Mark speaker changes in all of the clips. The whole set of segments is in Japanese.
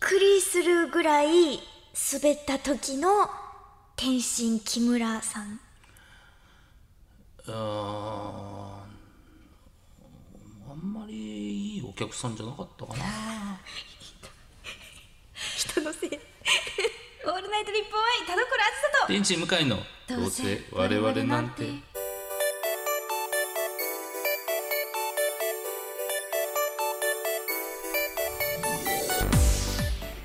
Speaker 1: くりするぐらい滑った時の天心木村さん
Speaker 2: うーんあんまりいいお客さんじゃなかったかな
Speaker 1: 人のせい オールナイト日本愛田所あずさと
Speaker 2: 天地向かいのどうせ我々なんて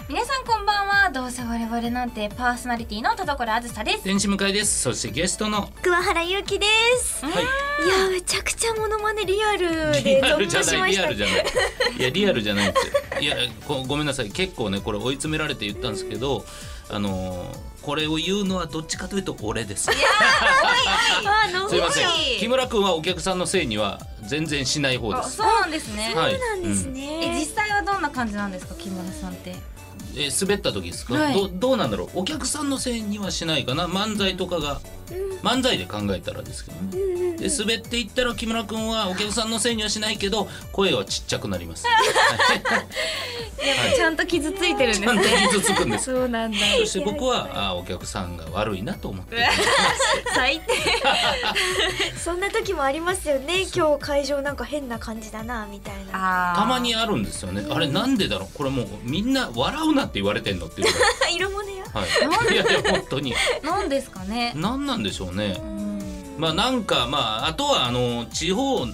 Speaker 3: 皆さんこんばんはどうせ我々なんてパーソナリティの田所あずさです
Speaker 2: 天地向かいですそしてゲストの
Speaker 1: 桑原ゆうきです
Speaker 2: はい
Speaker 1: いやめちゃくちゃモノマネリアルで
Speaker 2: リアル
Speaker 1: 存
Speaker 2: じ
Speaker 1: 在
Speaker 2: ゃ
Speaker 1: し
Speaker 2: な
Speaker 1: ま
Speaker 2: い
Speaker 1: し
Speaker 2: リア
Speaker 1: た
Speaker 2: ルじゃないいやリアルじゃないんですよいやごごめんなさい結構ねこれ追い詰められて言ったんですけど、あのーこれを言うのはどっちかというと俺です
Speaker 1: あの
Speaker 2: すいません
Speaker 3: 多い
Speaker 2: 木村君はお客さんのせいには全然しない方で
Speaker 3: あ
Speaker 2: す
Speaker 3: そうなんですね、
Speaker 2: はい
Speaker 1: そうなんです
Speaker 3: え実
Speaker 1: ね、
Speaker 3: 際はどんな感じなんですか木村さんって
Speaker 2: えー滑った時ですか、
Speaker 3: はい
Speaker 2: どどうなんだろうお客さんのせいにはしないかな漫才とかが漫才で考えたらですけどね
Speaker 1: うんうん
Speaker 2: で滑っていったら木村君はお客さんのせいにはしないけど声はちっちゃくな ります、はい
Speaker 3: ちゃんと傷ついてるん
Speaker 2: ち
Speaker 3: で
Speaker 2: ゃ
Speaker 3: す
Speaker 2: んと傷つく んです
Speaker 3: そうなんだ
Speaker 2: そして僕はあーお客さんが悪いなと思って
Speaker 3: 最低
Speaker 1: そんな時もありますよね今日会場なんか変な感じだなみたいな
Speaker 3: あ
Speaker 2: たまにあるんですよねあれなんでだろうこれもうみんな笑うなって言われてんのっていうぐらい
Speaker 1: 色物や
Speaker 2: はい、いやいや本当に
Speaker 3: なんですかね
Speaker 2: 何なんでしょうねまあなんかまああとはあの地方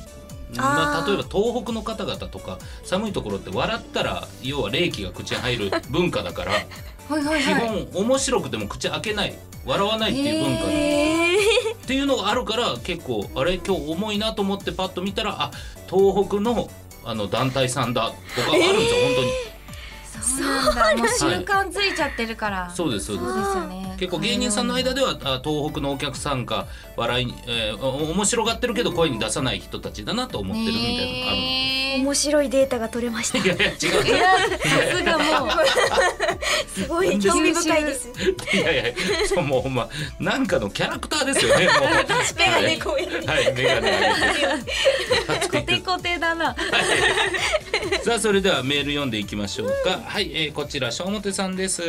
Speaker 2: ま
Speaker 1: あ
Speaker 2: あ、
Speaker 1: ー
Speaker 2: 例えば東北の方々とか寒いところって笑ったら要は冷気が口に入る文化だから
Speaker 3: はいはい
Speaker 2: 基
Speaker 3: はい
Speaker 2: 本面白くても口開けない笑わないっていう文化なんですよ
Speaker 1: えー
Speaker 2: っていうのがあるから結構あれ今日重いなと思ってパッと見たらあ東北のあの団体さんだとかあるんですよ、本当に
Speaker 3: そうなんだもう習慣ついちゃってるから
Speaker 2: そうですそうで
Speaker 3: そう
Speaker 2: す
Speaker 3: ですよね
Speaker 2: 結構芸人さんの間ではあ東北のお客さんか笑いに、えーお面白がってるけど声に出さない人たちだなと思ってるみたいなのがあるんで
Speaker 1: 面白いデータが取れました
Speaker 2: いやいや違う
Speaker 3: いやさすがもう
Speaker 1: すごい興味深い です
Speaker 2: いやいやそうもうほんまなんかのキャラクターですよねもう
Speaker 1: 目がねこういう
Speaker 2: はいメガネ上げ
Speaker 3: コ
Speaker 2: て
Speaker 3: テコテだな
Speaker 2: さあそれではメール読んでいきましょうか、はい、えー、こちら小本さんです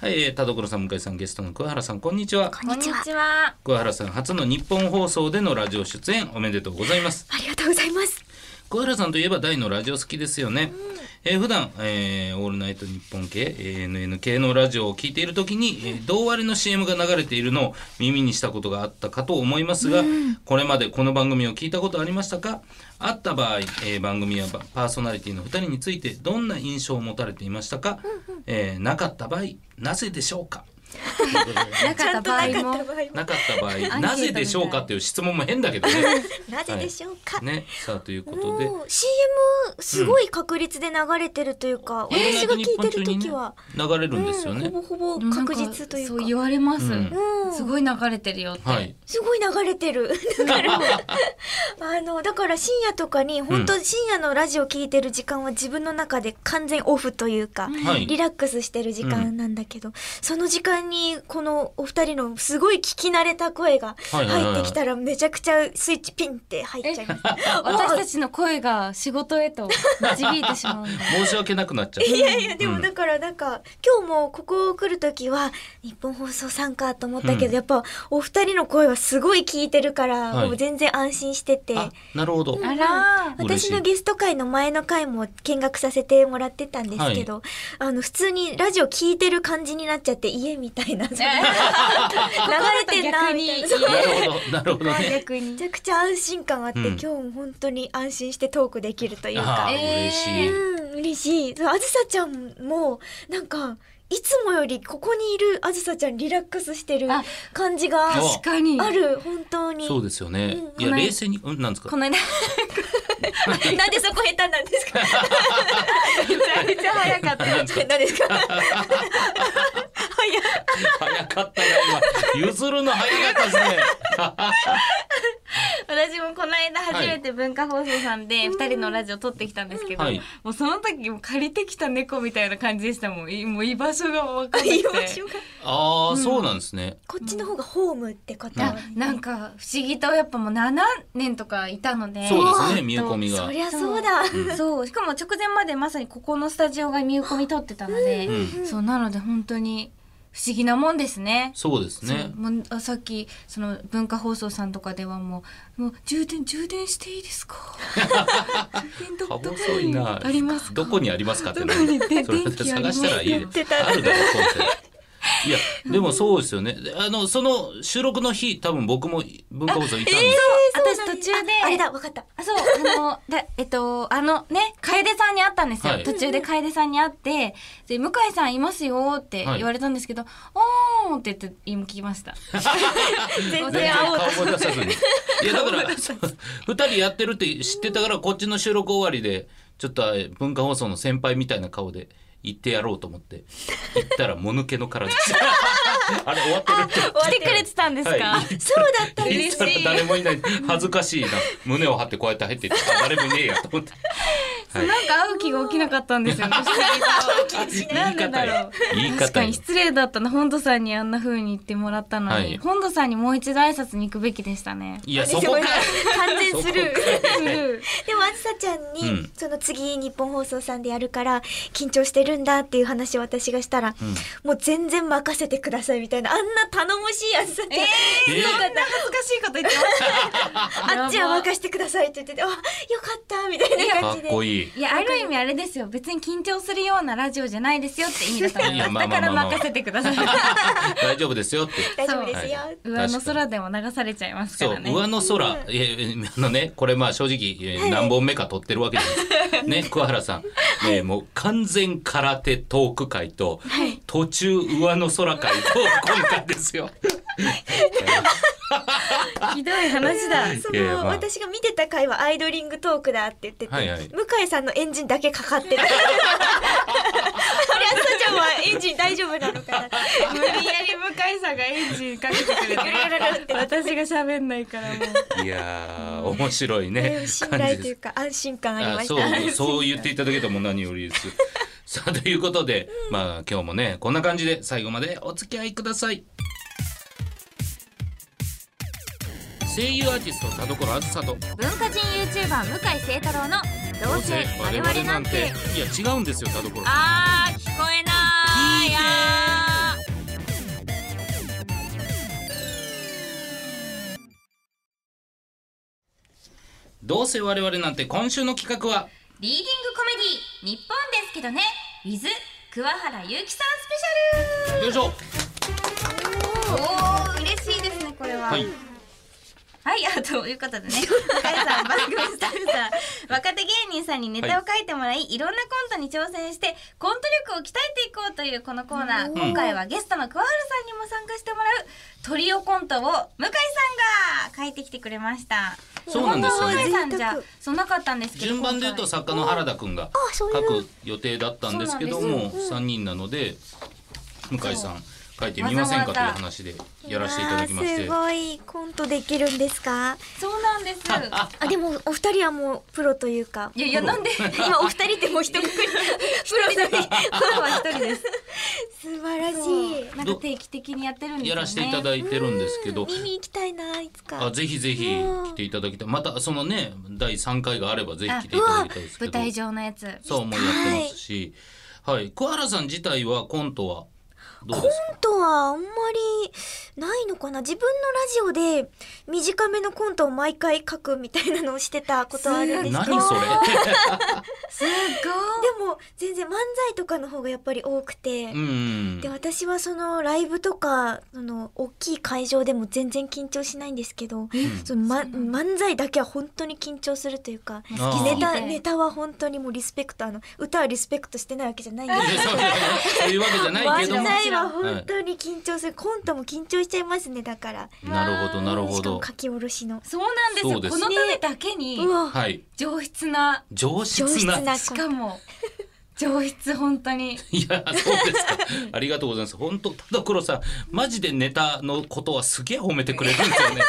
Speaker 2: はい、えー、田所さん向井さんゲストの桑原さんこんにちは
Speaker 1: こんにちは
Speaker 3: は
Speaker 2: 桑原さん初の日本放送でのラジオ出演おめでとうございます
Speaker 1: ありがとうございます
Speaker 2: 桑原さんといえば大のラジオ好きですよね、えー普段、えーオールナイト日本系 ANN 系のラジオを聞いている時に、えー同割れの CM が流れているのを耳にしたことがあったかと思いますが、これまでこの番組を聞いたことありましたかあった場合、えー番組やパパーソナリティの2人についてどんな印象を持たれていましたか、えーなかった場合なぜでしょう か
Speaker 3: なかった場合
Speaker 1: なかった
Speaker 3: も
Speaker 1: 場合
Speaker 2: なかった場
Speaker 3: た
Speaker 2: 合
Speaker 3: い
Speaker 2: なぜでしょうかっていう質問も変だけどね。
Speaker 1: なぜでしょうか、
Speaker 2: ねさあということで
Speaker 1: もう CM すごい確率で流れてるというか、
Speaker 2: オールナ
Speaker 1: 私
Speaker 2: イ
Speaker 1: が
Speaker 2: ト
Speaker 1: 聞い
Speaker 2: ニッポン
Speaker 1: てる
Speaker 2: 中に
Speaker 1: 時
Speaker 2: ね
Speaker 1: は、
Speaker 2: 流れるんですよ
Speaker 1: う
Speaker 2: ね
Speaker 1: ん。ほぼほぼ
Speaker 3: なんか
Speaker 1: 確実という
Speaker 3: そう
Speaker 1: か
Speaker 3: 言われます
Speaker 2: うん
Speaker 1: うん
Speaker 3: すごい流れてるよって
Speaker 2: はい。
Speaker 1: すごい流れて るだからあのだから深夜とかに本当深夜のラジオ聞いてる時間は自分の中で完全オフというか、
Speaker 2: はい
Speaker 1: リラックスしてる時間なんだけど、その時間にこのお二人のすごい聞き慣れた声が
Speaker 2: はいはいはい
Speaker 1: 入ってきたらめちゃくちゃスイッチピンって入っちゃい ます。
Speaker 3: 私たちの声が仕事へと導いてしまうんだ
Speaker 2: 申し訳なくなっちゃ。
Speaker 1: いうやいやでもだからなんか、今日もここ来る時は日本放送さんかと思ったけど、
Speaker 2: うん
Speaker 1: やっぱお二人の声はすごい聞いてるから、
Speaker 2: はい
Speaker 1: もう全然安心してて。
Speaker 2: あ、なるほど。
Speaker 3: あらー
Speaker 2: 嬉しい
Speaker 1: 私のゲスト会の前の回も見学させてもらってたんですけど、あの普通にラジオ聞いてる感じになっちゃって家みたい な流れ
Speaker 3: ところと
Speaker 1: てんなみたいな
Speaker 3: 逆に
Speaker 1: そう
Speaker 2: なるほど、なるほどね。
Speaker 3: 逆に
Speaker 1: めちゃくちゃ安心感あって、
Speaker 2: うん
Speaker 1: 今日も本当に安心してトークできるという
Speaker 2: あ
Speaker 1: か
Speaker 2: あ、
Speaker 3: えー
Speaker 2: 嬉しい。
Speaker 1: うん嬉しいそうあずさちゃんもなんかいつもよりここにいるあずさちゃんリラックスしてる
Speaker 3: あ
Speaker 1: 感じが
Speaker 3: 確かに
Speaker 1: ある本当に
Speaker 2: そうですよね。
Speaker 1: うん
Speaker 2: いや、
Speaker 3: この間
Speaker 2: 冷静に、うん、なんです
Speaker 3: こ
Speaker 2: か。
Speaker 3: の 間
Speaker 1: なんでそこ下手なんですか
Speaker 3: めちゃめちゃ早 かった
Speaker 2: なんですか。
Speaker 1: 何ですか早い
Speaker 2: 早かったな、今。譲るの早かったですね。
Speaker 4: 私もこの間初めて文化放送さんで2人のラジオ撮ってきたんですけど、
Speaker 2: はい
Speaker 4: もうその時も借りてきた猫みたいな感じでしたもんいもう居場所が分かんなくて
Speaker 1: 居 場所が
Speaker 2: ああ、そうなんですね。
Speaker 1: こっちの方がホームってこと、
Speaker 2: うん
Speaker 1: ね
Speaker 4: あ
Speaker 2: あ
Speaker 4: なんか不思議とやっぱもう7年とかいたので
Speaker 2: そうです
Speaker 4: ずっ
Speaker 2: ね、
Speaker 4: と
Speaker 2: 見込みが
Speaker 1: そ。りゃそうだ、
Speaker 4: そうしかも直前までまさにここのスタジオが見込み撮ってたので、
Speaker 2: うん
Speaker 4: そうなので本当に不思議なもんですね。
Speaker 2: そうですね。
Speaker 4: そうもうあさっきその文化放送さんとかではもうもう充電充電していいですか充電ど
Speaker 2: か
Speaker 4: どこ
Speaker 2: 細い
Speaker 4: に
Speaker 2: な。
Speaker 4: ありますか
Speaker 2: どこにありますかって
Speaker 4: ど
Speaker 2: な
Speaker 4: こにで
Speaker 2: それ
Speaker 4: 電気あり
Speaker 2: 探
Speaker 4: ます
Speaker 2: し
Speaker 4: か
Speaker 2: たらいい
Speaker 1: てた
Speaker 2: あるだろコンセントいやでもそうですよね。であのその収録の日多分僕も文化放送いたんで
Speaker 4: そ
Speaker 1: そ
Speaker 4: う
Speaker 1: うなん
Speaker 4: 私途中で
Speaker 1: ああれだわかった
Speaker 4: あそうあのだえっとあのね楓さんに会ったんですよ、
Speaker 2: はい
Speaker 4: 途中で楓さんに会ってで向井さんいますよって言われたんですけど、おーって言って今聞きました
Speaker 1: 全
Speaker 2: 全然
Speaker 1: 然青
Speaker 2: 顔も出さずに。いやだからそう 二人やってるって知ってたからこっちの収録終わりでちょっとえ文化放送の先輩みたいな顔で行ってやろうと思って行ったらもぬけの殻でした。あれ終わってるって。
Speaker 4: 来てくれてたんですか、
Speaker 2: はい
Speaker 1: そうだったん
Speaker 2: 行
Speaker 1: で
Speaker 2: っ
Speaker 1: す
Speaker 2: たら誰もいない恥ずかしいな胸を張ってこうやって入っていってあ誰もいねえやと思って
Speaker 4: そうなんか会う気が起きなかったんです よね。不思議と
Speaker 2: 言い方よ言い
Speaker 4: 確
Speaker 2: 方
Speaker 4: か
Speaker 2: よ
Speaker 4: に失礼だったな本土さんにあんな風に言ってもらったのに、
Speaker 2: はい
Speaker 4: 本土さんにもう一度挨拶に行くべきでしたね。
Speaker 2: いやそこか
Speaker 1: 完全スルー
Speaker 4: スルー
Speaker 1: でもあずさちゃんに、
Speaker 2: うん
Speaker 1: その次日本放送さんでやるから緊張してるんだっていう話を私がしたら、もう全然任せてくださいみたいなあんな頼もしいあずさちゃん、
Speaker 2: えー
Speaker 4: そんな恥ずかしいこと言ってまし
Speaker 1: あっちは任せてくださいって言っててあよかったみたいな
Speaker 2: か
Speaker 1: 感
Speaker 2: っ
Speaker 1: じで
Speaker 2: こいい
Speaker 4: いやある意味あれですよ別に緊張するようなラジオじゃないですよって意味だと思
Speaker 2: い
Speaker 4: い
Speaker 2: やま
Speaker 4: ま
Speaker 2: あ
Speaker 4: す
Speaker 2: まあ
Speaker 4: だか
Speaker 2: まあ
Speaker 4: ら
Speaker 2: まあ
Speaker 4: 任せてください
Speaker 2: 大丈夫ですよって
Speaker 1: 大丈夫ですよ、
Speaker 2: はい
Speaker 4: 上の空でも流されちゃいますか
Speaker 2: そう
Speaker 4: らね
Speaker 2: 上の空いやいやあのねこれまあ正直えー何本目か撮ってるわけですね桑原さんねもう完全空手トーク会と途中上の空会と今回ですよ
Speaker 4: ひどい話だ
Speaker 1: そ
Speaker 2: いやいやま
Speaker 1: の
Speaker 2: あ
Speaker 1: 私が見てた回はアイドリングトークだって言ってて、
Speaker 2: はいはい
Speaker 1: 向井さんのエンジンだけかか ってたあれあずさちゃんはエンジン大丈夫なのかな
Speaker 4: 無理やり向井さんがエンジンかけて くれて私が喋んないからも
Speaker 2: い
Speaker 4: う
Speaker 2: やー面白いね
Speaker 1: でも信
Speaker 2: 感じ
Speaker 1: 頼と
Speaker 2: で
Speaker 1: い
Speaker 2: す
Speaker 1: うか安心 感ありまし
Speaker 2: そ
Speaker 1: た
Speaker 2: う、 そう言っていただけたも何より です。さあ、ということで、まあ今日もね、こんな感じで最後までお付き合いください。声優アーティスト田所あずさと
Speaker 3: 文化人 YouTuber 向井聖太郎の「どうせ我々なんて
Speaker 2: いや違うんですよ田所」さん
Speaker 3: あー聞こえないやー
Speaker 2: どうせ我々なんて今週の企画は
Speaker 3: リーディングコメディ日本ですけどね with 桑原ゆうきさんスペシ
Speaker 2: よいしょ
Speaker 3: ャルおー嬉しいですねこれは
Speaker 2: はい
Speaker 4: はい、あということで ね、向井さん、番組スタッフさん、若手芸人さんにネタを書いてもらい、い、ろんなコントに挑戦して、コント力を鍛えていこうというこのコーナー、今回はゲストの桑原さんにも参加してもらう、トリオコントを向井さんが書いてきてくれました。
Speaker 2: そうなんですよね
Speaker 4: 本当は向井さんじ
Speaker 1: 贅
Speaker 4: ゃ
Speaker 1: 沢、
Speaker 4: そうなかったんですけど、
Speaker 2: 順番で言うと
Speaker 4: 今
Speaker 2: 作家の原田くんが
Speaker 1: そう
Speaker 2: 書
Speaker 1: いう
Speaker 2: く予定だったんですけど
Speaker 4: そうなん
Speaker 2: も3人なので向井さん書いてみませんかという話でやらせていただきまして
Speaker 1: うわーすごいコントできるんですか
Speaker 4: 回そうなんです。
Speaker 1: あでもお二人はもうプロというか
Speaker 4: いやいや、なんで、
Speaker 1: 今お二人ってもう 一括りプロだね
Speaker 4: 今は一人です。
Speaker 1: 素晴らしい
Speaker 4: なんか定期的にやってるんですよね。
Speaker 2: やらせていただいてるんですけど、
Speaker 1: 見に行きたいないつか
Speaker 2: あぜひぜひ来ていただきたいまたそのね第3回があればぜひ来ていただきたいですけ
Speaker 4: 舞
Speaker 2: ど
Speaker 4: 台上のやつ。
Speaker 2: そうもやってますし、はい、桑原さん自体はコントはどう
Speaker 1: コ
Speaker 2: で
Speaker 1: ン
Speaker 2: すか
Speaker 1: トはあんまりないのかな自分のラジオで短めのコントを毎回書くみたいなのをしてたことはあるんですけど
Speaker 2: 何それ
Speaker 4: すごい。
Speaker 1: でも全然漫才とかの方がやっぱり多くて、
Speaker 2: うん
Speaker 1: で私はそのライブとかその大きい会場でも全然緊張しないんですけど、そのま、漫才だけは本当に緊張するというか
Speaker 2: 好きすぎて
Speaker 1: ネタネタは本当にもうリスペクトあの歌はリスペクトしてないわけじゃないんで
Speaker 2: いや
Speaker 1: すけど
Speaker 2: そうそういうわけじゃないけ
Speaker 1: 漫
Speaker 2: ども
Speaker 1: 才は本当に緊張する、コントも緊張しちゃいますねだから
Speaker 2: なるほどなるほ
Speaker 1: しか
Speaker 2: ど
Speaker 1: も書き下ろしの
Speaker 4: そうなんです
Speaker 2: そ
Speaker 4: よ
Speaker 2: うです
Speaker 4: このためだけに
Speaker 1: うわ
Speaker 2: はい
Speaker 4: 上質な、
Speaker 2: 上質
Speaker 1: 上質
Speaker 2: な
Speaker 1: な
Speaker 4: しかも上質本当に
Speaker 2: いやそうですかありがとうございます本当ただ黒さんマジでネタのことはすげえ褒めてくれるんですよね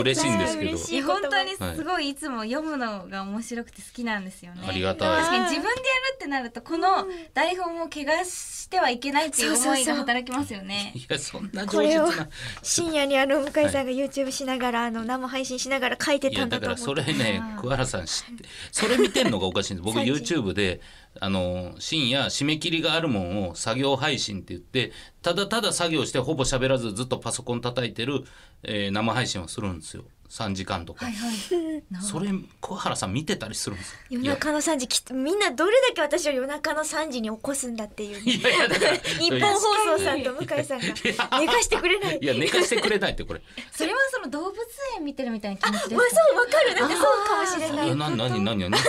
Speaker 2: 嬉しいんですけど
Speaker 1: 嬉し
Speaker 4: いや本当にすご
Speaker 2: はい
Speaker 4: いつも読むのが面白くて好きなんですよね。
Speaker 2: ありがたい
Speaker 4: 確かに自分でやるってなるとこの台本を怪我してはいけないっていう思いが働きますよね。
Speaker 2: いやそんな
Speaker 1: こ
Speaker 2: 上
Speaker 1: れ
Speaker 2: 質
Speaker 1: を
Speaker 2: な
Speaker 1: 深夜にあの向井さんが YouTube しながら、あの生配信しながら書いて
Speaker 2: い
Speaker 1: た
Speaker 2: や
Speaker 1: んだ
Speaker 2: だ
Speaker 1: と
Speaker 2: か
Speaker 1: 思
Speaker 2: ら
Speaker 1: って
Speaker 2: それね
Speaker 4: うん
Speaker 2: 桑原さん知ってそれ見てんのがおかしいんで す僕
Speaker 1: 最近
Speaker 2: YouTube であの深夜締め切りがあるもんを作業配信って言ってただただ作業してほぼ喋らずずっとパソコン叩いてる、えー生配信をするんですよ3時間とか、
Speaker 4: はいはい。
Speaker 2: それ桑原さん見てたりするんですよ
Speaker 1: 夜中の3時きみんなどれだけ私を夜中の3時に起こすんだっていう、ね、
Speaker 2: いやい やだから
Speaker 1: 日本放送さんと向井さんが寝かしてくれない
Speaker 2: いや寝かしてくれないっ てこれ
Speaker 4: それはその動物園見てるみたいな気持ちです
Speaker 1: まあ
Speaker 4: か。
Speaker 1: そうわかるなんかそうかもしれない
Speaker 2: 何何何何何
Speaker 1: 動物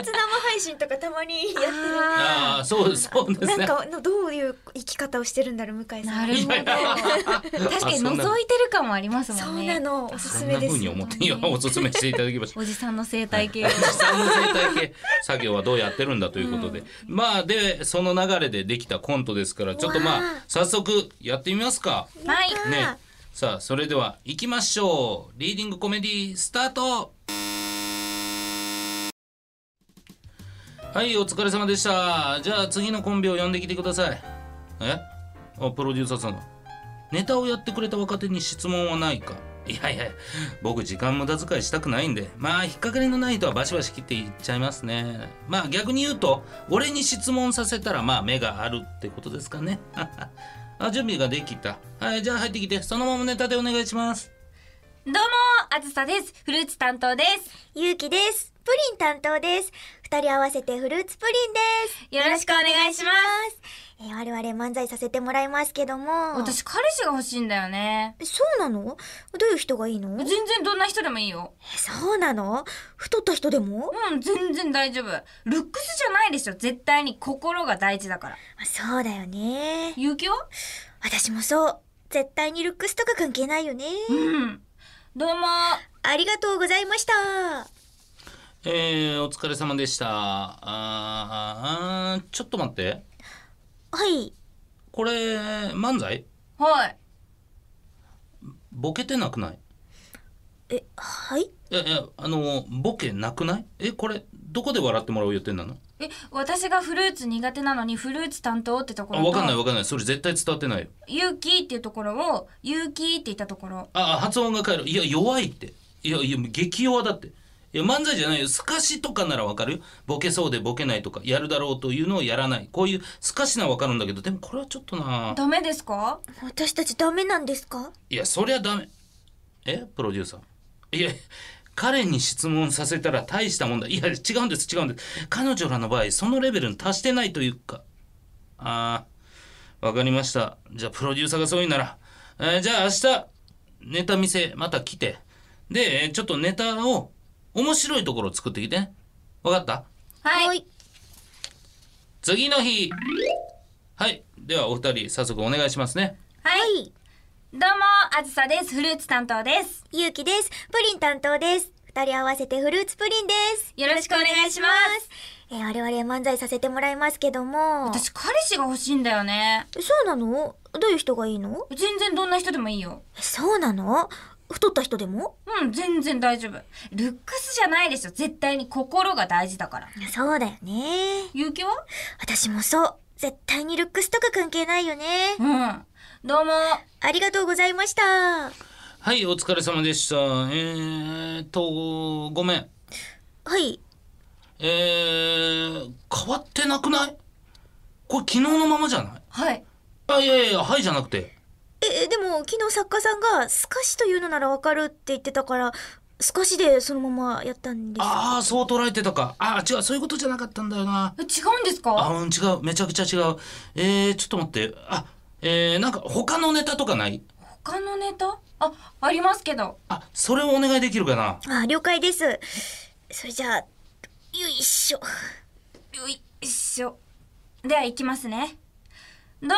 Speaker 1: 生配信とかたまにやってる
Speaker 2: ああそうそうで
Speaker 1: な
Speaker 2: すね
Speaker 1: んかのどういう生き方をしてるんだろう向井さん
Speaker 4: なるほど。確かに
Speaker 2: あそん
Speaker 4: 覗
Speaker 2: ない
Speaker 4: てる感もありますもんね。
Speaker 1: そうなのおす
Speaker 2: そ
Speaker 1: す
Speaker 2: ん
Speaker 1: め
Speaker 2: な
Speaker 1: です
Speaker 2: 風に思っていやおすすめしていただきました
Speaker 4: おじさんの生態系を。
Speaker 2: 産後生態系作業はどうやってるんだということで、まあでその流れでできたコントですからちょっとまあ
Speaker 1: わあ
Speaker 2: 早速やってみますか
Speaker 4: はい。
Speaker 2: ねさあそれでは行きましょうリーディングコメディスタートはいお疲れ様でしたじゃあ次のコンビを呼んできてくださいえあプロデューサーさんがネタをやってくれた若手に質問はないかいやいや僕時間無駄遣いしたくないんでまあ引っ掛かりのない人はバシバシ切っていっちゃいますねまあ逆に言うと俺に質問させたらまあ目があるってことですかねあ準備ができたはいじゃあ入ってきてそのままネタでお願いします
Speaker 3: どうもあずさですフルーツ担当です
Speaker 1: ゆうきですプリン担当です二人合わせてフルーツプリンです
Speaker 3: よろしくお願いします
Speaker 1: えー我々漫才させてもらいますけども
Speaker 3: 私彼氏が欲しいんだよね
Speaker 1: そうなのどういう人がいいの
Speaker 3: 全然どんな人でもいいよ
Speaker 1: えそうなの太った人でも
Speaker 3: うん全然大丈夫ルックスじゃないでしょ絶対に心が大事だから
Speaker 1: あそうだよね
Speaker 3: ゆうきは
Speaker 1: 私もそう絶対にルックスとか関係ないよね
Speaker 3: うんどうも
Speaker 1: ありがとうございました
Speaker 2: えー、お疲れ様でしたあーあーちょっと待って
Speaker 1: はい
Speaker 2: これ漫才
Speaker 3: はい
Speaker 2: ボケてなくない
Speaker 1: えはい
Speaker 2: いやいやあのボケなくないえこれどこで笑ってもらう予定なの
Speaker 3: え私がフルーツ苦手なのにフルーツ担当ってとこ
Speaker 2: あ
Speaker 3: ろと
Speaker 2: 分かんない分かんないそれ絶対伝わってないよ
Speaker 3: ゆうきっていうところをゆうきって言ったところ
Speaker 2: ああ発音が変えるいや弱いっていやいや激弱だっていや漫才じゃないよ透かしとかなら分かるよボケそうでボケないとかやるだろうというのをやらないこういう透かしなら分かるんだけどでもこれはちょっとな
Speaker 3: ダメですか
Speaker 1: 私たちダメなんですか
Speaker 2: いやそりゃダメえプロデューサーいや彼に質問させたら大したもんだいや違うんです違うんです彼女らの場合そのレベルに達してないというかあーわかりましたじゃあプロデューサーがそう言うなら、えーじゃあ明日ネタ見せまた来てでえーちょっとネタを面白いところを作ってきてねわかった
Speaker 3: はい
Speaker 1: い
Speaker 2: 次の日はいではお二人早速お願いしますね
Speaker 3: はい、
Speaker 1: はい
Speaker 3: どうもあずさですフルーツ担当です
Speaker 1: ゆうきですプリン担当です二人合わせてフルーツプリンです
Speaker 3: よろしくお願いします
Speaker 1: えー我々漫才させてもらいますけども
Speaker 3: 私彼氏が欲しいんだよね
Speaker 1: そうなのどういう人がいいの
Speaker 3: 全然どんな人でもいいよ
Speaker 1: えそうなの太った人でも
Speaker 3: うん全然大丈夫ルックスじゃないでしょ絶対に心が大事だから
Speaker 1: そうだよね
Speaker 3: ゆうきは
Speaker 1: 私もそう絶対にルックスとか関係ないよね
Speaker 3: うんどうも
Speaker 1: ありがとうございました
Speaker 2: はい、お疲れ様でした。えーっと、ごめん。
Speaker 1: はい
Speaker 2: えー、変わってなくないこれ昨日のままじゃない
Speaker 3: はい
Speaker 2: あ、いやいやいや、はいじゃなくて。
Speaker 1: えでも昨日作家さんが「透かしというのならわかる」って言ってたから透かしでそのままやったんです
Speaker 2: ああ、そう捉えてたか。あー違う、そういうことじゃなかったんだよな。
Speaker 3: え違うんですか
Speaker 2: あ、うん、違う、めちゃくちゃ違う。えー、ちょっと待って。あ、えー、なんか他のネタとかない
Speaker 3: 他のネタあありますけど
Speaker 2: あ、それをお願いできるかな
Speaker 1: あ了解ですそれじゃあよいしょ
Speaker 3: よいしょでは行きますね
Speaker 4: どうも、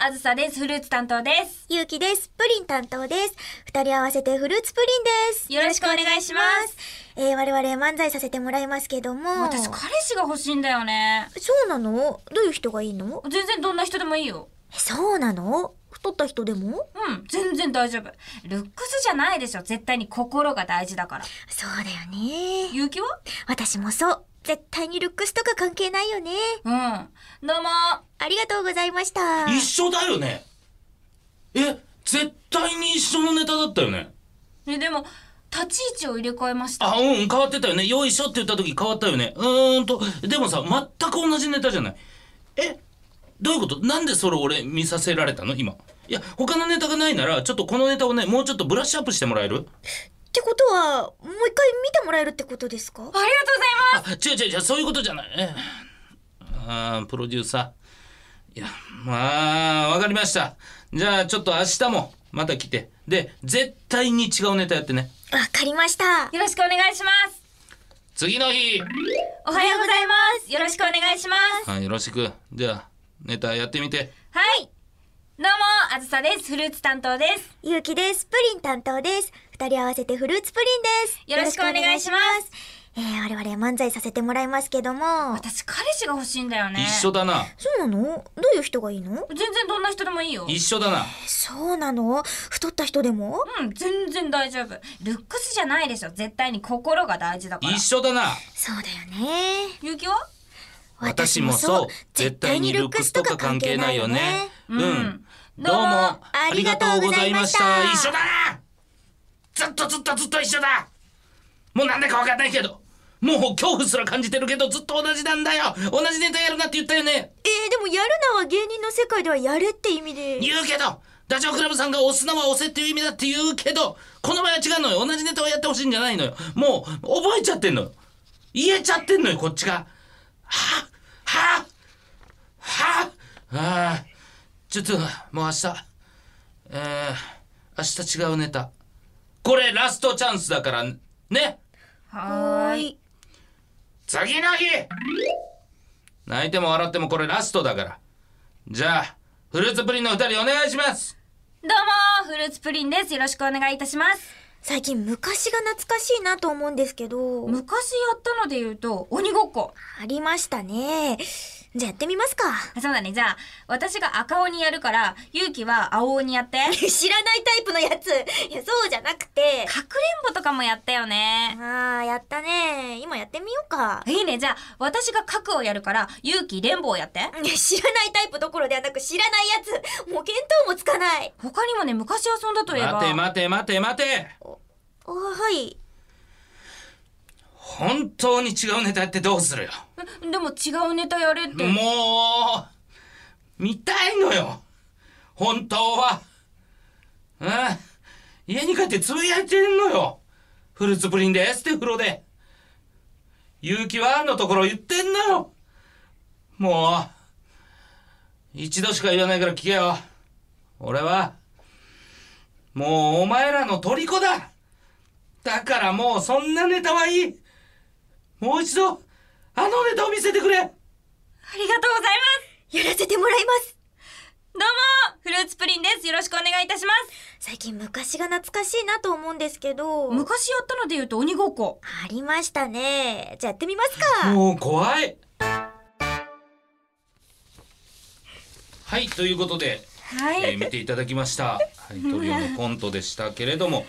Speaker 4: あずさです。フルーツ担当です。
Speaker 1: ゆうきです。プリン担当です。二人合わせてフルーツプリンです。
Speaker 4: よろしくお願いします。
Speaker 1: えー、我々漫才させてもらいますけども。
Speaker 4: 私、彼氏が欲しいんだよね。
Speaker 1: そうなのどういう人がいいの
Speaker 4: 全然どんな人でもいいよ。
Speaker 1: えそうなの太った人でも
Speaker 4: うん、全然大丈夫。ルックスじゃないでしょ。絶対に心が大事だから。
Speaker 1: そうだよね。
Speaker 4: ゆうきは
Speaker 1: 私もそう。絶対にルックスとか関係ないよね。
Speaker 4: うん。どうも。
Speaker 1: ありがとうございました。
Speaker 2: 一緒だよねえ絶対に一緒のネタだったよね
Speaker 4: え、でも、立ち位置を入れ替えました。
Speaker 2: あうん変わってたよねよいしょって言った時変わったよねうーんとでもさ全く同じネタじゃないえどういうことなんでそれ俺見させられたの今いや他のネタがないならちょっとこのネタをねもうちょっとブラッシュアップしてもらえる
Speaker 1: ってことは、もう一回見てもらえるってことですか
Speaker 4: ありがとうございま
Speaker 2: あ
Speaker 4: す。
Speaker 2: 違う違う違うそういうことじゃないえーあープロデューサーいやまあわかりましたじゃあちょっと明日もまた来てで絶対に違うネタやってね
Speaker 1: わかりました。
Speaker 4: よろしくお願いします。
Speaker 2: 次の日
Speaker 4: おはようございます。よろしくお願いします。
Speaker 2: あよろしくじゃあネタやってみて
Speaker 4: はい。どうも、あずさです。フルーツ担当です。
Speaker 1: ゆうきです。プリン担当です。二人合わせてフルーツプリンです。。
Speaker 4: よろしくお願いします
Speaker 1: えー、我々漫才させてもらいますけども。
Speaker 4: 私、彼氏が欲しいんだよね。
Speaker 2: 一緒だな
Speaker 1: そうなのどういう人がいいの
Speaker 4: 全然どんな人でもいいよ。
Speaker 2: 一緒だな
Speaker 1: そうなの太った人でも
Speaker 4: うん、全然大丈夫。ルックスじゃないでしょ。絶対に心が大事だから
Speaker 2: 一。緒だな
Speaker 1: そうだよね。
Speaker 4: ゆうきは
Speaker 2: 私もそう絶対にルックスとか関係ないよねうんどうもありがとうございました
Speaker 1: ありがとうございました
Speaker 2: 一緒だなずっとずっとずっと一緒だもうなんだかわかんないけどもう恐怖すら感じてるけどずっと同じなんだよ同じネタやるなって言ったよね
Speaker 1: えー、でもやるなは芸人の世界ではやれって意味で。
Speaker 2: 言うけどダチョウ倶楽部さんが押すのは押せっていう意味だって言うけどこの場合は違うのよ同じネタをやってほしいんじゃないのよもう覚えちゃってんのよ言えちゃってんのよこっちがはあはあはあああちょっともう明日えー、明日違うネタこれラストチャンスだからね
Speaker 4: はーい。
Speaker 2: 次の日泣いても笑ってもこれラストだからじゃあフルーツプリンの二人お願いします
Speaker 4: どうも、フルーツプリンです。よろしくお願いいたします。
Speaker 1: 最近昔が懐かしいなと思うんですけど。
Speaker 4: 昔やったので言うと、鬼ごっこ。
Speaker 1: ありましたね。じゃあやってみますか。
Speaker 4: あそうだね。じゃあ、私が赤鬼やるから、ゆうきは青鬼やって。かくれん
Speaker 1: 知らないタイプのやつ。いや、そうじゃなくて。
Speaker 4: ぼとかもやったよね。
Speaker 1: ああ、やったね。今やってみようか。
Speaker 4: いいね。じゃあ、私が角をやるから、ゆうき連棒やって。
Speaker 1: いや知らないタイプどころではなく知らないやつ。もう見当もつかない。
Speaker 4: 他にもね、昔遊んだといえば。
Speaker 2: 待て待て待て待て
Speaker 1: あはい。
Speaker 2: 本当に違うネタやってどうするよ
Speaker 4: えでも違うネタやれって。
Speaker 2: もう見たいのよ本当はうん家に帰ってつぶやいてんのよフルーツプリンですって風呂で勇気はのところ言ってんのよもう一度しか言わないから聞けよ俺はもうお前らの虜だだからもうそんなネタはいいもう一度あのネタを見せてくれ
Speaker 4: ありがとうございます。
Speaker 1: やらせてもらいます。
Speaker 4: どうも、フルーツプリンです。よろしくお願いいたします。
Speaker 1: 最近昔が懐かしいなと思うんですけど。
Speaker 4: 昔やったので言うと鬼ごっこ。
Speaker 1: ありましたね。じゃあやってみますか。
Speaker 2: もう怖いはいということで、
Speaker 4: は
Speaker 2: えー見ていただきました、はい、トリオのコントでしたけれども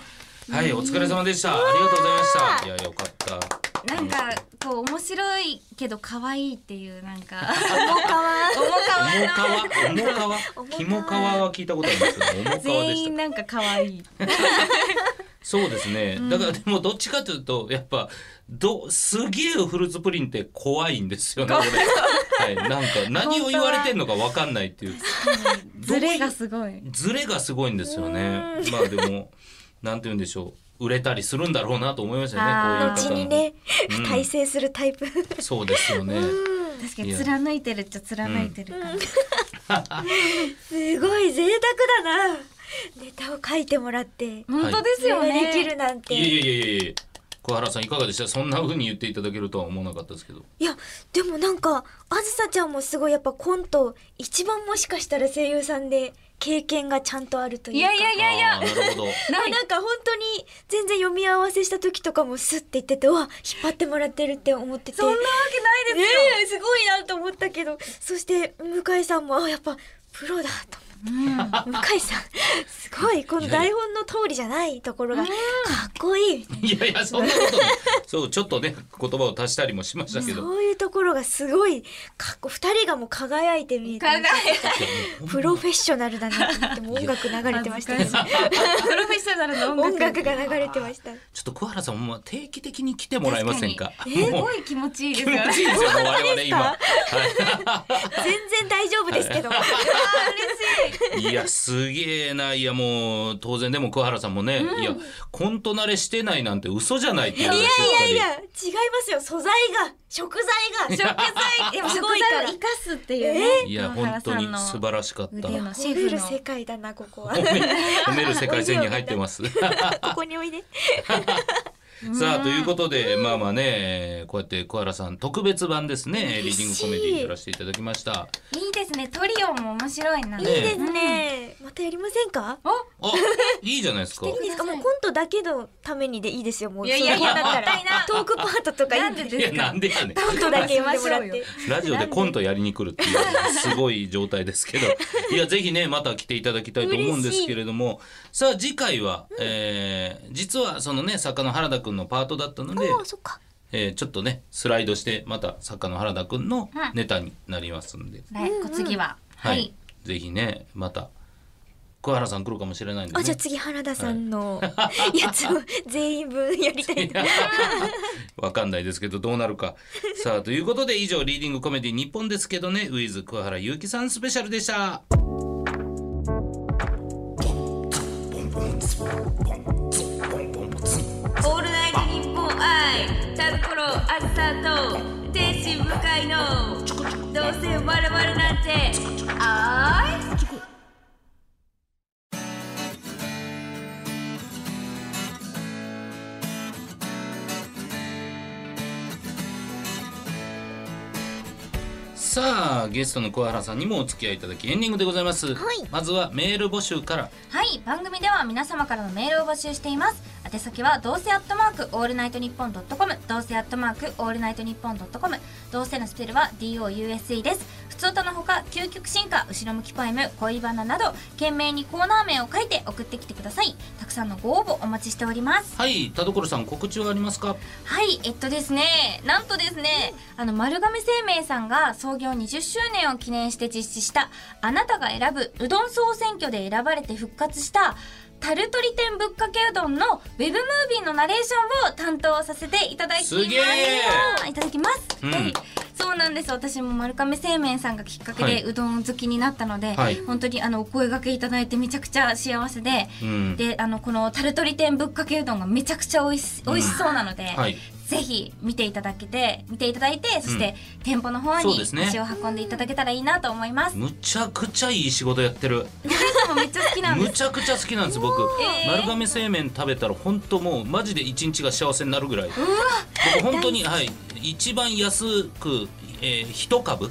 Speaker 2: はいお疲れ様でしたありがとうございましたいやよかった
Speaker 5: なんかこう面白いけど可愛いっていうなん か
Speaker 1: もうかわいい
Speaker 5: 重かわ
Speaker 2: 重川重川ひも川は聞いたことありますけど重川で
Speaker 5: 全
Speaker 2: し
Speaker 5: 員
Speaker 2: た
Speaker 5: なんか可愛い
Speaker 2: そうですねだからでもどっちかというとやっぱどすげえフルーツプリンって怖いんですよね俺、はい、なんか何を言われてんのかわかんないっていう
Speaker 5: ズレがすごい
Speaker 2: ズレがすごいんですよね。まあでも、 なんて言うんでしょう。売れたりするんだろうなと思いましたね。
Speaker 1: 後
Speaker 2: こういう方
Speaker 1: に
Speaker 2: も
Speaker 1: ね、
Speaker 2: うん
Speaker 1: 大成するタイプ。
Speaker 2: そうですよね。
Speaker 5: 確かに貫いてるっちゃ貫いてるから、
Speaker 1: すごい贅沢だな。ネタを書いてもらって。
Speaker 2: ん
Speaker 5: 本当ですよね、
Speaker 1: できるなん
Speaker 2: いやい
Speaker 1: て。
Speaker 2: やいやいや。桑原さんいかがでしたそんな風に言っていただけるとは思わなかったですけど
Speaker 1: いやでもなんかあずさちゃんもすごいやっぱコント一番もしかしたら声優さんで経験がちゃんとあるというか
Speaker 4: いやいやいやいや
Speaker 2: あーなるほど
Speaker 1: ななんか本当に全然読み合わせした時とかもスッて言っててわ引っ張ってもらってるって思ってて
Speaker 4: そんなわけないですよ、
Speaker 1: ねえすごいなと思ったけどそして向井さんもあやっぱプロだと思って、向井さんすごいこの台本の通りじゃないところがかっこいい
Speaker 2: いやいやそんなことないそうちょっとね言葉を足したりもしましたけど
Speaker 1: そういうところがすごいかっこ二人がもう輝いて見えて
Speaker 4: 考え
Speaker 1: プロフェッショナルだなと思ってもう音楽流れてましたし
Speaker 4: プロフェッショナルの音
Speaker 1: 音
Speaker 4: 楽
Speaker 1: 楽が流れてました
Speaker 2: ちょっと桑原さんもまあ定期的に来てもらえませんか
Speaker 4: す
Speaker 2: もう
Speaker 4: ごい気持ちいいです
Speaker 2: 気
Speaker 4: よ
Speaker 2: 持
Speaker 4: ね
Speaker 2: ちいいですよもう我々今は
Speaker 1: 全然大丈夫です けど
Speaker 2: いいやすげえないやもう当然でも桑原さんもね、いやコント慣れしてないなんて嘘じゃないっていうのが
Speaker 1: い
Speaker 2: し
Speaker 1: や
Speaker 2: っか
Speaker 1: いや
Speaker 2: り
Speaker 1: いや違いますよ素材が食材が
Speaker 4: 食材でも食
Speaker 1: す
Speaker 4: 材
Speaker 1: ごいから
Speaker 4: を生かすっていうね、
Speaker 2: いや本当に素晴らしかった
Speaker 4: 腕のシ
Speaker 1: 褒
Speaker 4: ェ
Speaker 1: め
Speaker 4: フ
Speaker 1: る
Speaker 4: の
Speaker 1: 世界だなここは
Speaker 2: 褒め褒める世界線に入ってま す
Speaker 1: ここにおいで
Speaker 2: さあということでまあまあねこうやって小原さん特別版ですねリーディングコメディやらせていただきました
Speaker 4: いいですねトリオンも面白いな、
Speaker 1: いいですねまたやりませんか
Speaker 4: お
Speaker 2: あいいじゃないですか
Speaker 1: いいですかもうコントだけのためにでいいですよもう
Speaker 4: いやいやいや
Speaker 1: そんなだった
Speaker 4: もったい
Speaker 1: ら
Speaker 4: な
Speaker 1: トークパートとかいいんで
Speaker 4: なん
Speaker 1: す
Speaker 4: で
Speaker 2: いやなんでやねん
Speaker 1: コントだけ読んでもらっ
Speaker 4: やり
Speaker 1: て
Speaker 4: ま
Speaker 2: ラジオでコントやりに来るっていうすごい状態です けどいやぜひねまた来ていただきたいと思うんですけれどもさあ次回は、えー実はそのね作家の原田くんのパートだったので
Speaker 1: あ、あそっか
Speaker 2: えーちょっとねスライドしてまた作家の原田くんの
Speaker 4: うん
Speaker 2: ネタになりますんで、
Speaker 4: はいお次は、
Speaker 2: は、
Speaker 4: はいい
Speaker 2: ぜひねまた桑原さん来るかもしれないんで、ね、
Speaker 1: あじゃあ次原田さんのやつを全員分やりた いな
Speaker 2: わかんないですけどどうなる か。さあということで以上リーディングコメディ日本ですけどねウィズ桑原ゆうきさんスペシャルでした。
Speaker 3: オールナイトニッポン愛タルコロアズサーと天使向かいのどうせ我々なんてあい
Speaker 2: さあゲストの桑原さんにもお付き合いいただきエンディングでございま
Speaker 1: は
Speaker 2: す、
Speaker 1: い
Speaker 2: まずはメール募集から
Speaker 4: はい番組では皆様からのメールを募集しています宛先はどうせアットマークオールナイトニッポンドットコムどうせアットマークオールナイトニッポンドットコムどうせのスペルは DOUSE です普通歌のほか究極進化後ろ向きポエム恋バナなど懸命にコーナー名を書いて送ってきてくださいたくさんのご応募お待ちしております
Speaker 2: はい田所さん告知はありますか
Speaker 4: はい、えっとですね、なんとですね、あの、丸亀製麺さんが創業20周年を記念して実施した、あなたが選ぶうどん総選挙で選ばれて復活した、タルトリ店ぶっかけうどんのウェブムービーのナレーションを担当させていただきます
Speaker 2: すげえ
Speaker 4: いただきます、
Speaker 2: うん
Speaker 4: はいそうなんです私も丸亀製麺さんがきっかけ
Speaker 2: は
Speaker 4: で
Speaker 2: いう
Speaker 4: どん好きになったので、
Speaker 2: はい
Speaker 4: 本当にあのお声掛けいただいてめちゃくちゃ幸せで、
Speaker 2: うん
Speaker 4: であのこのタルトリ店ぶっかけうどんがめちゃくちゃ美味し美味しそうなので、
Speaker 2: はい
Speaker 4: ぜひ見ていただけて見ていただいてそして店舗の方
Speaker 2: そう
Speaker 4: に
Speaker 2: ですね
Speaker 4: 足を運んでいただけたらいいなと思 います。
Speaker 2: むちゃくちゃいい仕事やってる
Speaker 4: 店舗もめっちゃ好きなんで
Speaker 2: む
Speaker 4: す。
Speaker 2: ちゃくちゃ好きなんです僕、
Speaker 4: えー
Speaker 2: 丸亀製麺食べたら本当もうマジで一日が幸せになるぐらい僕本当にはい一番安く、えー、一株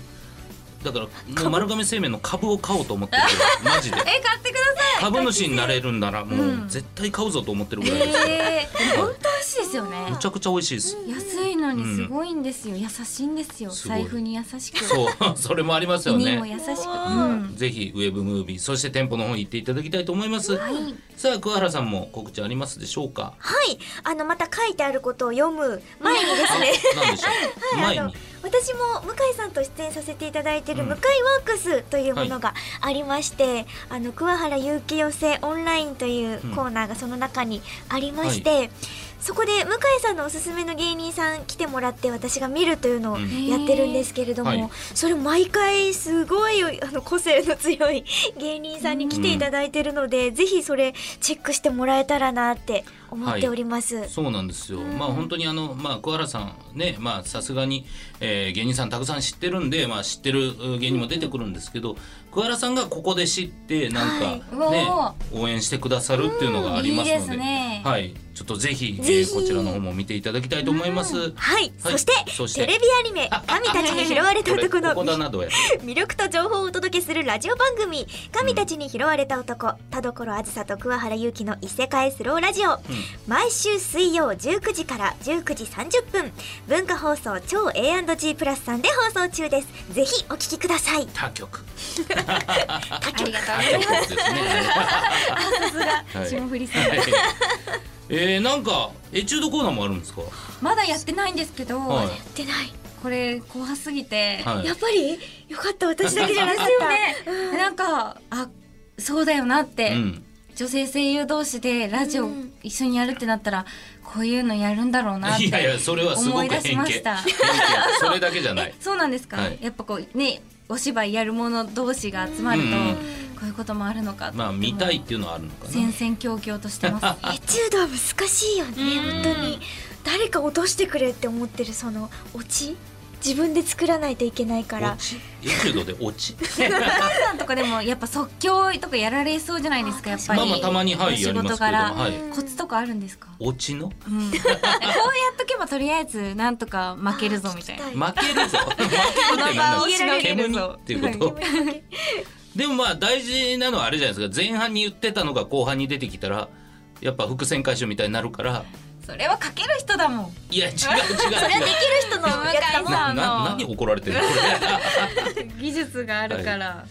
Speaker 2: だからもう丸亀製麺の株を買おうと思ってるぐ らいマジで
Speaker 4: え買ってください。
Speaker 2: 株主になれるんならもう絶対買うぞと思ってるぐらいです、
Speaker 4: えー、本当美味しいですよね
Speaker 2: む。ちゃくちゃ美味しいです
Speaker 4: 安いのにすごいんですよ。優しいんですよ。
Speaker 2: すごい
Speaker 4: 財布に優しく、
Speaker 2: そう、 それもありますよ
Speaker 4: 胃にも
Speaker 2: ね。
Speaker 4: 優しく。うん
Speaker 2: ぜひウェブムービー、そして店舗の方行っていただきたいと思います。さあ、桑原さんも告知ありますでしょうか。
Speaker 1: はいあのまた書いてあることを読む前にですね
Speaker 2: なんでしょう。
Speaker 1: はい、
Speaker 2: 前
Speaker 1: あの
Speaker 2: に。
Speaker 1: 私も向井さんと出演させていただいている
Speaker 2: うん
Speaker 1: 向井ワークスというものがありまして、あの桑原有機寄せオンラインというコーナーがその中にありまして、そこで向井さんのおすすめの芸人さん来てもらって私が見るというのを
Speaker 2: うん
Speaker 1: やってるんですけれども、
Speaker 2: はい
Speaker 1: それ毎回すごいあの個性の強い芸人さんに来ていただいてるので、ぜひそれチェックしてもらえたらなって思っております。
Speaker 2: そうなんですよ、まあ本当にあの、まあ、桑原さんねまあさすがに、えー芸人さんたくさん知ってるんで、まあ、知ってるうん芸人も出てくるんですけど、桑原さんがここで知ってなんか、
Speaker 4: はいう
Speaker 2: ね
Speaker 4: わ
Speaker 2: 応援してくださるっていうのがありますので,、
Speaker 4: うんいいですね
Speaker 2: はい、ちょっとぜひえー
Speaker 1: ぜひ
Speaker 2: こちらの方も見ていただきたいと思います。
Speaker 1: はい、
Speaker 2: はい
Speaker 1: そして
Speaker 2: そして
Speaker 1: テレビアニメ「神たちに拾われた
Speaker 2: これ
Speaker 1: 男
Speaker 2: こ
Speaker 1: の」
Speaker 2: こだなどうや
Speaker 1: 魅力と情報をお届けするラジオ番組「神たちに拾われた男、田所あずさと桑原祐希の異世界スローラジオ」毎週水曜19時から19時30分文化放送超 A&G プラスさんで放送中ですぜひお聞きください
Speaker 2: 他局
Speaker 1: 他
Speaker 4: あり
Speaker 1: 局
Speaker 4: がとう
Speaker 2: 他局ですねはい
Speaker 4: 霜降りさん
Speaker 2: はいえー、なんかエチュードコーナーもあるんですか
Speaker 4: まだやってないんですけど、
Speaker 2: はい
Speaker 1: 出ない
Speaker 4: これ怖すぎて、
Speaker 2: はい
Speaker 1: やっぱりよかった私だけじゃなかっ
Speaker 4: ですよ
Speaker 1: た
Speaker 4: ね、なんかあそうだよなって、
Speaker 2: うん
Speaker 4: 女性声優同士でラジオ
Speaker 1: うん
Speaker 4: 一緒にやるってなったら、こういうのやるんだろうなっ
Speaker 2: いやい
Speaker 4: て
Speaker 2: やそれはすご
Speaker 4: 思
Speaker 2: く
Speaker 4: い
Speaker 2: 偏
Speaker 4: 出
Speaker 2: 見
Speaker 4: しました
Speaker 2: 偏見それだけじゃない
Speaker 4: えそうなんですか、
Speaker 2: はい
Speaker 4: やっぱこうねお芝居やる者同士が集まると、
Speaker 2: うんうん
Speaker 4: こういうこともあるのかって
Speaker 2: まあ見たいっていうのはあるのかな
Speaker 4: 戦々恐々として ます
Speaker 1: エチュードは難しいよね
Speaker 4: うん
Speaker 1: 本当に誰か落としてくれって思ってるそのオチ自分で作らないといけないから
Speaker 2: 落ちエチュードで落ち
Speaker 4: さんとかでもやっぱ即興とかやられそうじゃな いですかやっぱり
Speaker 2: まあまあたまにはいや
Speaker 4: 仕
Speaker 2: ります
Speaker 4: 事
Speaker 2: けれども
Speaker 4: 柄、
Speaker 2: はい
Speaker 4: コツとかあるんですか、
Speaker 2: 落ち の
Speaker 4: うん こうやっとけばとりあえずなんとか負けるぞみたいな
Speaker 1: あー聞き
Speaker 2: 負けるぞ負けるってなんだ
Speaker 4: をしのげる
Speaker 2: 煙
Speaker 4: ぞ
Speaker 2: っていうことでもまあ大事なのはあれじゃないですか前半に言ってたのが後半に出てきたらやっぱ伏線回収みたいになるから
Speaker 4: それはかける人だもん
Speaker 2: い や違う違う
Speaker 1: それはでき
Speaker 2: 違う
Speaker 1: る人のやつだもん
Speaker 2: なな何怒られてるこれ
Speaker 4: 技術があるから、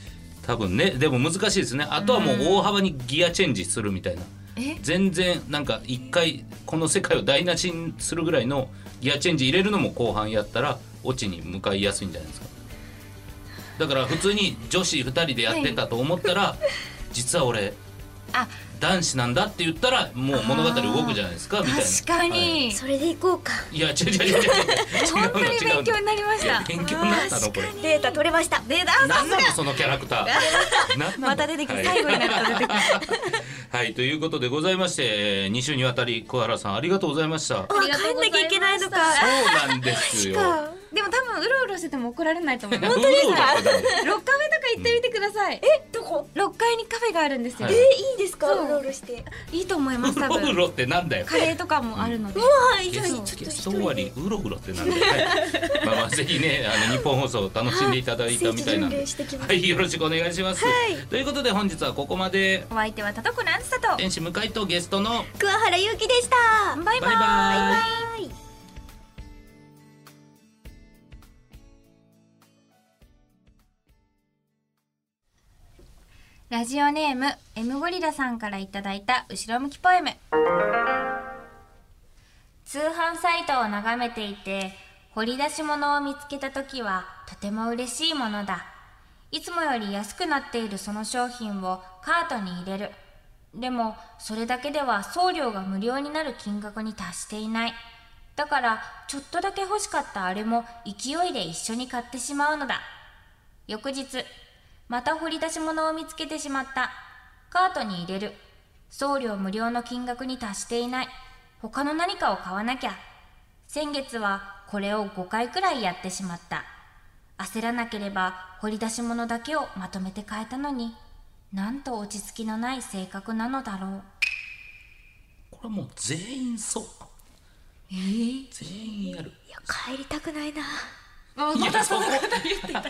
Speaker 2: 多分ねでも難しいですねあとはもう大幅にギアチェンジするみたいな
Speaker 4: え
Speaker 2: 全然なんか一回この世界を台無しにするぐらいのギアチェンジ入れるのも後半やったらオチに向かいやすいんじゃないですかだから普通に女子2人でやってたと思ったら、 実は俺
Speaker 4: あ
Speaker 2: 男子なんだって言ったらもう物語動くじゃないですかみたいな
Speaker 4: 確か
Speaker 2: はい
Speaker 4: に、
Speaker 1: それでいこうか
Speaker 2: いや違う違う違う違う違う
Speaker 4: 本当に
Speaker 2: 違うの
Speaker 4: 勉強になりまし
Speaker 2: いや
Speaker 4: た
Speaker 2: 勉強になったのこれ
Speaker 1: データ取れました
Speaker 4: でダン
Speaker 2: なんなのそのキャラクターなんなの
Speaker 4: また出てき
Speaker 2: は
Speaker 4: て
Speaker 2: い
Speaker 4: 最後になったら出てくる
Speaker 2: はいということでございまして2週にわたり小原さんありがとうございました
Speaker 1: あ
Speaker 4: ありがとう
Speaker 1: 帰んない
Speaker 4: ござました
Speaker 1: きゃいけないのか
Speaker 2: そうなんですよ
Speaker 1: か
Speaker 4: でも多分うろうろしてても怒られないと思います
Speaker 2: 本当ですか
Speaker 4: 六カフェとか行ってみてください、えどこ六階にカフェがあるんです よ、
Speaker 2: は
Speaker 1: えー、いいですか
Speaker 4: そう
Speaker 1: ロールして
Speaker 4: いいと思 います多
Speaker 2: うろう
Speaker 4: 分
Speaker 2: ろってなんだよ
Speaker 4: カレーとかもあるので、
Speaker 1: はいじ
Speaker 2: ゲ
Speaker 1: ゃあちょっ
Speaker 2: ス
Speaker 1: と
Speaker 2: ゲ
Speaker 1: 一
Speaker 2: スト
Speaker 1: 人
Speaker 2: 終わりうろうろってなんだよはいまあまあぜひねあの日本放送楽しんでいただいたみたいな
Speaker 1: はい聖地巡
Speaker 2: んで
Speaker 1: 礼してきます
Speaker 2: はいよろしくお願いします
Speaker 1: はい
Speaker 2: ということで本日はここまで
Speaker 4: お相手は田所あずさとバイ
Speaker 2: 天使向井とゲストの
Speaker 1: 桑原ゆうきでした
Speaker 4: バイ
Speaker 2: バイバイ
Speaker 1: はい
Speaker 4: ラジオネーム M ゴリラさんからいただいた後ろ向きポエム通販サイトを眺めていて掘り出し物を見つけた時はとても嬉しいものだいつもより安くなっているその商品をカートに入れるでもそれだけでは送料が無料になる金額に達していないだからちょっとだけ欲しかったあれも勢いで一緒に買ってしまうのだ翌日また掘り出し物を見つけてしまったカートに入れる送料無料の金額に達していない他の何かを買わなきゃ先月はこれを5回くらいやってしまった焦らなければ掘り出し物だけをまとめて買えたのになんと落ち着きのない性格なのだろう
Speaker 2: これはもう全員そう
Speaker 4: ええ
Speaker 2: 全員やる
Speaker 1: いや帰りたくないな
Speaker 2: またその方言って